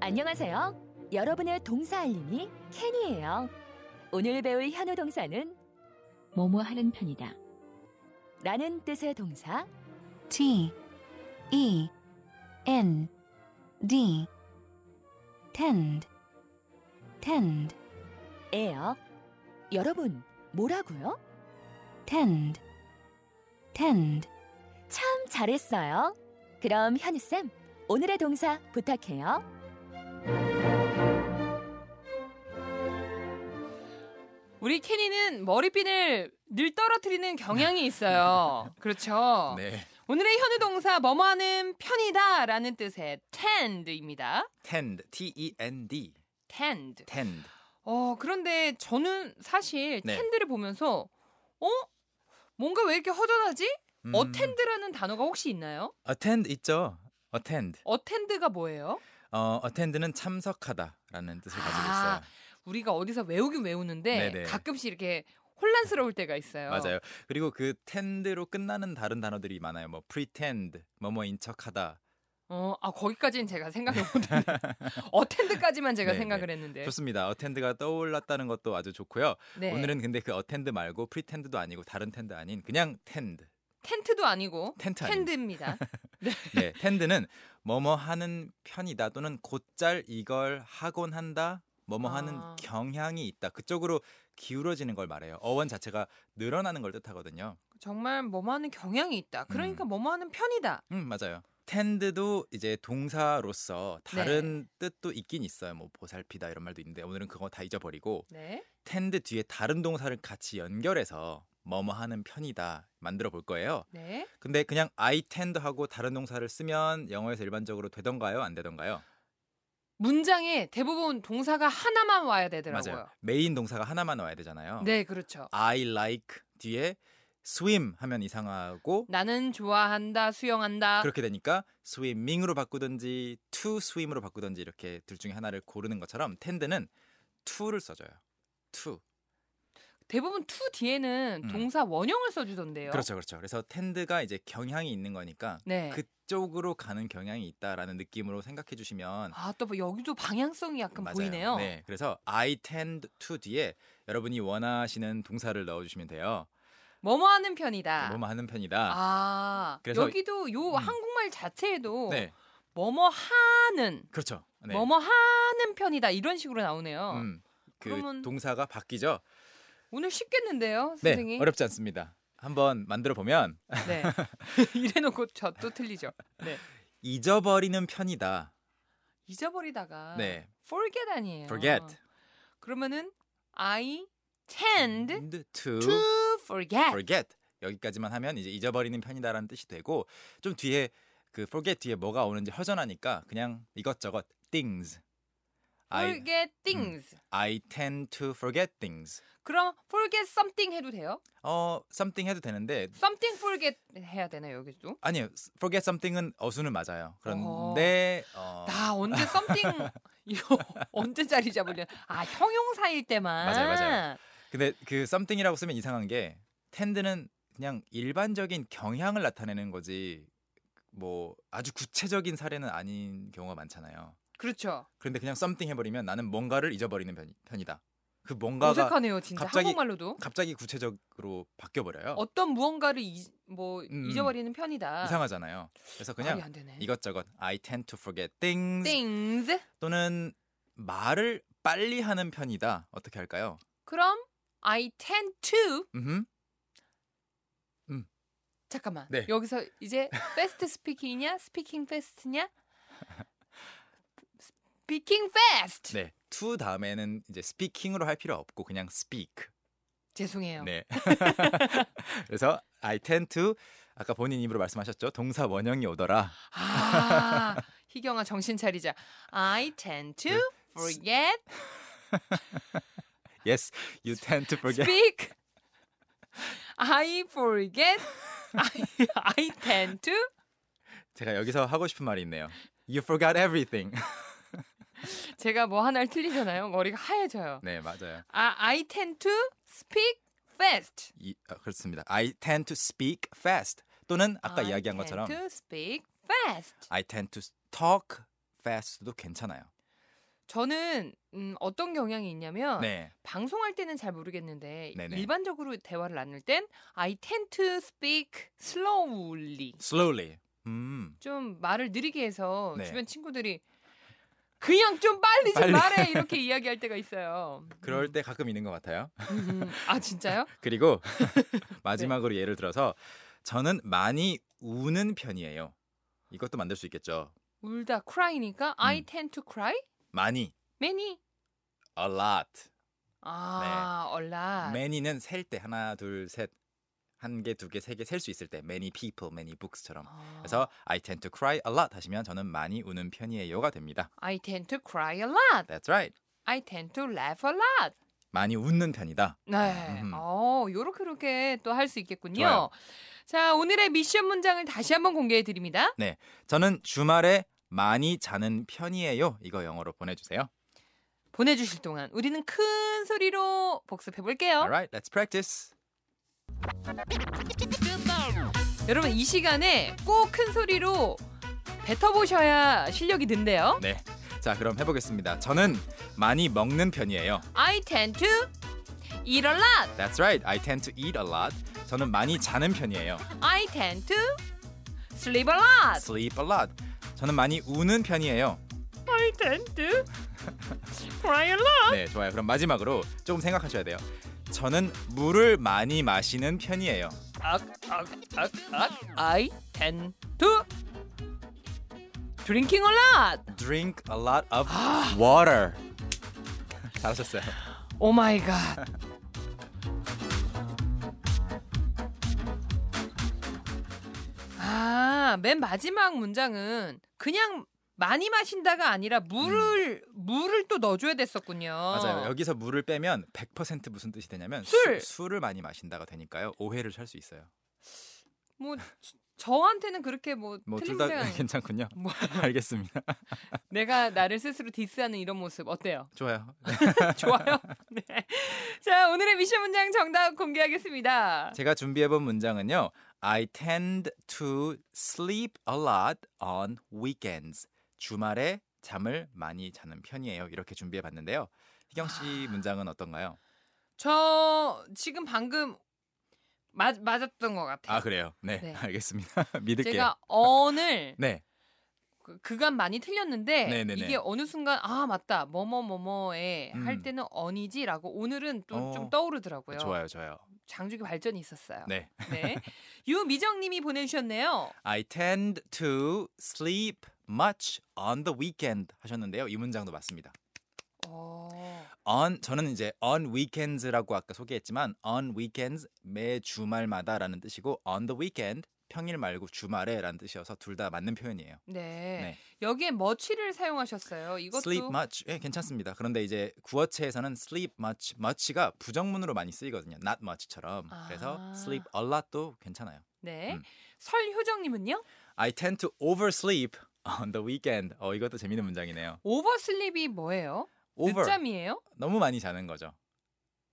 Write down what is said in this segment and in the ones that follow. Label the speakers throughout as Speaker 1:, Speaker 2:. Speaker 1: 안녕하세요. 여러분의 동사 알림이 캔이에요. 오늘 배울 현우 동사는
Speaker 2: 뭐뭐 하는 편이다.
Speaker 1: 라는 뜻의 동사
Speaker 2: T E N D tend tend
Speaker 1: 에요. 여러분, 뭐라고요?
Speaker 2: tend tend
Speaker 1: 참 잘했어요. 그럼 현우쌤, 오늘의 동사 부탁해요.
Speaker 3: 우리 캐니는 머리핀을 늘 떨어뜨리는 경향이 있어요. 그렇죠.
Speaker 4: 네.
Speaker 3: 오늘의 현우 동사 뭐뭐하는 편이다라는 뜻의 tend입니다.
Speaker 4: tend, T-E-N-D,
Speaker 3: tend.
Speaker 4: tend.
Speaker 3: 어 그런데 저는 사실
Speaker 4: 네.
Speaker 3: tend를 보면서 어 뭔가 왜 이렇게 허전하지?
Speaker 4: 음,
Speaker 3: attend라는 단어가 혹시 있나요?
Speaker 4: attend 있죠. attend.
Speaker 3: attend가 뭐예요?
Speaker 4: 어, attend는 참석하다라는 뜻을 가지고
Speaker 3: 아,
Speaker 4: 있어요.
Speaker 3: 우리가 어디서 외우긴 외우는데
Speaker 4: 네네.
Speaker 3: 가끔씩 이렇게 혼란스러울 때가 있어요.
Speaker 4: 맞아요. 그리고 그 tend로 끝나는 다른 단어들이 많아요. 뭐 pretend, 뭐뭐인 척하다.
Speaker 3: 어, 아 거기까지는 제가 생각을 못했는데 어텐드까지만 제가
Speaker 4: 네,
Speaker 3: 생각을
Speaker 4: 네.
Speaker 3: 했는데.
Speaker 4: 좋습니다. attend가 떠올랐다는 것도 아주 좋고요.
Speaker 3: 네.
Speaker 4: 오늘은 근데 그 attend 말고 pretend도 아니고 다른 tend 아닌 그냥 tend.
Speaker 3: 텐트도 아니고
Speaker 4: 텐트 아니고.
Speaker 3: 텐드입니다.
Speaker 4: 네, tend는 뭐뭐 하는 편이다 또는 곧잘 이걸 하곤 한다. 뭐뭐 하는
Speaker 3: 아.
Speaker 4: 경향이 있다. 그쪽으로 기울어지는 걸 말해요. 어원 자체가 늘어나는 걸 뜻하거든요.
Speaker 3: 정말 뭐뭐하는 경향이 있다. 그러니까 뭐뭐하는 편이다.
Speaker 4: 음, 맞아요. tend도 이제 동사로서 다른 뜻도 있긴 있어요. 뭐 보살피다 이런 말도 있는데 오늘은 그거 다 잊어버리고
Speaker 3: 네.
Speaker 4: tend 뒤에 다른 동사를 같이 연결해서 뭐뭐 하는 편이다 만들어 볼 거예요.
Speaker 3: 네.
Speaker 4: 근데 그냥 I tend 하고 다른 동사를 쓰면 영어에서 일반적으로 되던가요? 안 되던가요?
Speaker 3: 문장에 대부분 동사가 하나만 와야 되더라고요.
Speaker 4: 맞아요. 메인 동사가 하나만 와야 되잖아요.
Speaker 3: 네, 그렇죠.
Speaker 4: I like 뒤에 swim 하면 이상하고
Speaker 3: 나는 좋아한다, 수영한다.
Speaker 4: 그렇게 되니까 swimming으로 바꾸든지 to swim으로 바꾸든지 이렇게 둘 중에 하나를 고르는 것처럼 tend는 to를 써줘요. to.
Speaker 3: 대부분 to 뒤에는
Speaker 4: 음.
Speaker 3: 동사 원형을 써주던데요.
Speaker 4: 그렇죠, 그렇죠. 그래서 tend가 이제 경향이 있는 거니까
Speaker 3: 네.
Speaker 4: 그쪽으로 가는 경향이 있다라는 느낌으로 생각해 주시면
Speaker 3: 아, 또 뭐 여기도 방향성이 약간
Speaker 4: 맞아요.
Speaker 3: 보이네요.
Speaker 4: 네, 그래서 I tend to 뒤에 여러분이 원하시는 동사를 넣어주시면 돼요.
Speaker 3: 뭐뭐하는 편이다.
Speaker 4: 뭐뭐 하는 편이다.
Speaker 3: 아,
Speaker 4: 그래서-
Speaker 3: 여기도 요
Speaker 4: 음.
Speaker 3: 한국말 자체에도
Speaker 4: 네,
Speaker 3: 뭐뭐 하는
Speaker 4: 그렇죠. 네.
Speaker 3: 뭐뭐 하는 편이다 이런 식으로 나오네요.
Speaker 4: 음, 그
Speaker 3: 그러면-
Speaker 4: 동사가 바뀌죠.
Speaker 3: 오늘 쉽겠는데요,
Speaker 4: 네,
Speaker 3: 선생님?
Speaker 4: 어렵지 않습니다. 한번 만들어 보면
Speaker 3: 네. 이래놓고 저 또 틀리죠. 네.
Speaker 4: 잊어버리는 편이다.
Speaker 3: 잊어버리다가
Speaker 4: 네.
Speaker 3: forget 아니에요.
Speaker 4: Forget.
Speaker 3: 그러면은 I
Speaker 4: 음,
Speaker 3: tend
Speaker 4: to
Speaker 3: to
Speaker 4: 음.
Speaker 3: forget.
Speaker 4: forget 여기까지만 하면 이제 잊어버리는 편이다라는 뜻이 되고 좀 뒤에 그 forget 뒤에 뭐가 오는지 허전하니까 그냥 이것저것 things. I 음.
Speaker 3: forget things.
Speaker 4: I tend to forget things.
Speaker 3: 그럼 forget something 해도 돼요?
Speaker 4: 어 something 해도 되는데
Speaker 3: something forget 해야 되나요, 여기도?
Speaker 4: 아니요 forget something은 어수는 맞아요. 그런데 어,
Speaker 3: 나 언제 something 이거 언제 자리 잡으려? 아 형용사일 때만.
Speaker 4: 맞아요, 맞아요. 근데 그 something이라고 쓰면 이상한 게 tend는 그냥 일반적인 경향을 나타내는 거지 뭐 아주 구체적인 사례는 아닌 경우가 많잖아요.
Speaker 3: 그렇죠.
Speaker 4: 그런데 그냥 something 해버리면 나는 뭔가를 잊어버리는 편, 편이다. 그 뭔가가
Speaker 3: 어색하네요, 진짜
Speaker 4: 갑자기-
Speaker 3: 한국말로도.
Speaker 4: 갑자기 구체적으로 바뀌어 버려요.
Speaker 3: 어떤 무언가를 이, 뭐
Speaker 4: 음.
Speaker 3: 잊어버리는 편이다.
Speaker 4: 이상하잖아요. 그래서
Speaker 3: 말이
Speaker 4: 그냥
Speaker 3: 안 되네.
Speaker 4: 이것저것 I tend to forget things
Speaker 3: things.
Speaker 4: 또는 말을 빨리 하는 편이다. 어떻게 할까요?
Speaker 3: 그럼 I tend to
Speaker 4: 음.
Speaker 3: 잠깐만.
Speaker 4: 네.
Speaker 3: 여기서 이제 fast speaking이냐, speaking fast냐? speaking fast.
Speaker 4: 네. to 다음에는 이제 스피킹으로 할 필요 없고 그냥 speak.
Speaker 3: 죄송해요.
Speaker 4: 네. 그래서 I tend to 아까 본인 입으로 말씀하셨죠. 동사 원형이 오더라.
Speaker 3: 아, 희경아 정신 차리자. I tend
Speaker 4: 네.
Speaker 3: to forget,
Speaker 4: Yes, you tend to forget.
Speaker 3: speak. I forget. I, I tend to
Speaker 4: 제가 여기서 하고 싶은 말이 있네요. You forgot everything.
Speaker 3: 제가 뭐 하나를 틀리잖아요. 머리가 하얘져요.
Speaker 4: 네, 맞아요.
Speaker 3: 아, I tend to speak fast.
Speaker 4: 이, 아, 그렇습니다. I tend to speak fast 또는 아까
Speaker 3: I
Speaker 4: 이야기한 것처럼 아.
Speaker 3: tend to speak fast.
Speaker 4: I tend to talk fast도 괜찮아요.
Speaker 3: 저는 음, 어떤 경향이 있냐면
Speaker 4: 네.
Speaker 3: 방송할 때는 잘 모르겠는데
Speaker 4: 네네.
Speaker 3: 일반적으로 대화를 나눌 땐 I tend to speak slowly.
Speaker 4: slowly. 음.
Speaker 3: 좀 말을 느리게 해서
Speaker 4: 네.
Speaker 3: 주변 친구들이 그냥 좀 빨리 좀
Speaker 4: 빨리.
Speaker 3: 말해 이렇게 이야기할 때가 있어요.
Speaker 4: 그럴 때 가끔 있는 것 같아요.
Speaker 3: 음, 음. 아 진짜요?
Speaker 4: 그리고
Speaker 3: 네.
Speaker 4: 마지막으로 예를 들어서 저는 많이 우는 편이에요. 이것도 만들 수 있겠죠.
Speaker 3: 울다 cry니까 I
Speaker 4: 음.
Speaker 3: tend to cry
Speaker 4: 많이
Speaker 3: many.
Speaker 4: a lot.
Speaker 3: 아 얼라.
Speaker 4: 네. many는 셀 때 하나 둘 셋. 한 개, 두 개, 세 개 셀 수 있을 때 many people, many books처럼.
Speaker 3: 아,
Speaker 4: 그래서 I tend to cry a lot 하시면 저는 많이 우는 편이에요가 됩니다.
Speaker 3: I tend to cry a lot.
Speaker 4: That's right.
Speaker 3: I tend to laugh a lot.
Speaker 4: 많이 웃는 편이다.
Speaker 3: 네.
Speaker 4: 음.
Speaker 3: 어, 요렇게 요렇게 또 할 수 있겠군요.
Speaker 4: 좋아요.
Speaker 3: 자, 오늘의 미션 문장을 다시 한번 공개해 드립니다.
Speaker 4: 저는 주말에 많이 자는 편이에요. 이거 영어로 보내주세요.
Speaker 3: 보내 주실 동안 우리는 큰 소리로 복습해 볼게요.
Speaker 4: Alright, let's practice.
Speaker 3: 여러분 이 시간에 꼭 큰 소리로 뱉어보셔야 실력이 는데요.
Speaker 4: 네. 자, 그럼 해보겠습니다. 저는 많이 먹는 편이에요.
Speaker 3: I tend to eat a lot.
Speaker 4: That's right. I tend to eat a lot. 저는 많이 자는 편이에요.
Speaker 3: I tend to sleep a lot.
Speaker 4: Sleep a lot. 저는 많이 우는 편이에요.
Speaker 3: I tend to cry a lot.
Speaker 4: 네, 좋아요. 그럼 마지막으로 조금 생각하셔야 돼요. 저는 물을 많이 마시는 편이에요.
Speaker 3: I tend to drinking a lot.
Speaker 4: Drink a lot of water. 잘하셨어요. Oh
Speaker 3: 오 마이 갓. 아, 맨 마지막 문장은 그냥 많이 마신다가 아니라 물을 물을 또 넣어줘야 됐었군요.
Speaker 4: 음. 맞아요. 여기서 물을 빼면 100% 무슨 뜻이 되냐면
Speaker 3: 술!
Speaker 4: 수, 술을 많이 마신다가 되니까요. 오해를 살 수 있어요.
Speaker 3: 뭐 저- 저한테는 그렇게 뭐,
Speaker 4: 뭐
Speaker 3: 틀린
Speaker 4: 둘 다
Speaker 3: 문장 아니-
Speaker 4: 괜찮군요.
Speaker 3: 뭐,
Speaker 4: 알겠습니다.
Speaker 3: 내가 나를 스스로 디스하는 이런 모습 어때요?
Speaker 4: 좋아요.
Speaker 3: 좋아요. 네. 자 오늘의 미션 문장 정답 공개하겠습니다.
Speaker 4: 제가 준비해본 문장은요. I tend to sleep a lot on weekends. 주말에 잠을 많이 자는 편이에요. 이렇게 준비해봤는데요. 희경 씨 문장은 어떤가요?
Speaker 3: 저 지금 방금 맞 맞았던 것 같아요.
Speaker 4: 아 그래요. 네,
Speaker 3: 네.
Speaker 4: 알겠습니다. 믿을게요.
Speaker 3: 제가 언을
Speaker 4: 네,
Speaker 3: 그- 그간 많이 틀렸는데
Speaker 4: 네네네.
Speaker 3: 이게 어느 순간 아 맞다 뭐뭐뭐뭐에
Speaker 4: 음.
Speaker 3: 할 때는 언이지라고 오늘은 또
Speaker 4: 어.
Speaker 3: 좀 떠오르더라고요.
Speaker 4: 좋아요, 좋아요.
Speaker 3: 장족의 발전이 있었어요.
Speaker 4: 네,
Speaker 3: 네. 유미정님이 보내주셨네요.
Speaker 4: I tend to sleep much on the weekend 하셨는데요. 이 문장도 맞습니다.
Speaker 3: 어,
Speaker 4: on 저는 이제 on weekends라고 아까 소개했지만 on weekends 매 주말마다라는 뜻이고 on the weekend 평일 말고 주말에라는 뜻이어서 둘 다 맞는 표현이에요.
Speaker 3: 네.
Speaker 4: 네.
Speaker 3: 여기에 머치를 사용하셨어요. 이것도
Speaker 4: sleep much 예 괜찮습니다. 그런데 이제 구어체에서는 sleep much much가 부정문으로 많이 쓰이거든요. not much처럼 그래서
Speaker 3: 아.
Speaker 4: sleep a lot도 괜찮아요.
Speaker 3: 네.
Speaker 4: 음.
Speaker 3: 설효정님은요?
Speaker 4: I tend to oversleep on the weekend. 어 이것도 재밌는 문장이네요.
Speaker 3: 오버슬립이 뭐예요?
Speaker 4: over
Speaker 3: 늦잠이에요?
Speaker 4: 너무 많이 자는 거죠.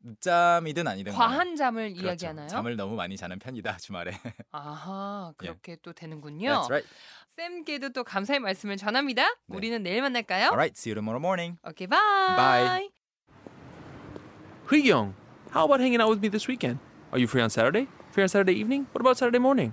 Speaker 4: 늦잠이든 아니든 간에.
Speaker 3: 과한 잠을
Speaker 4: 네, 그렇죠.
Speaker 3: 이야기하나요?
Speaker 4: 잠을 너무 많이 자는 편이다 주말에.
Speaker 3: 아하 그렇게 또 되는군요.
Speaker 4: That's right.
Speaker 3: 쌤께도 또 감사의 말씀을 전합니다.
Speaker 4: 네.
Speaker 3: 우리는 내일 만날까요?
Speaker 4: All right, see you tomorrow morning.
Speaker 3: 오케이 바이.
Speaker 4: Bye.
Speaker 5: Young, how about hanging out with me this weekend? Are you free on Saturday? Free on Saturday evening? What about Saturday morning?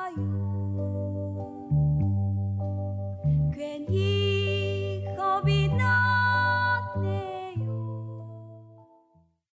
Speaker 6: 괜히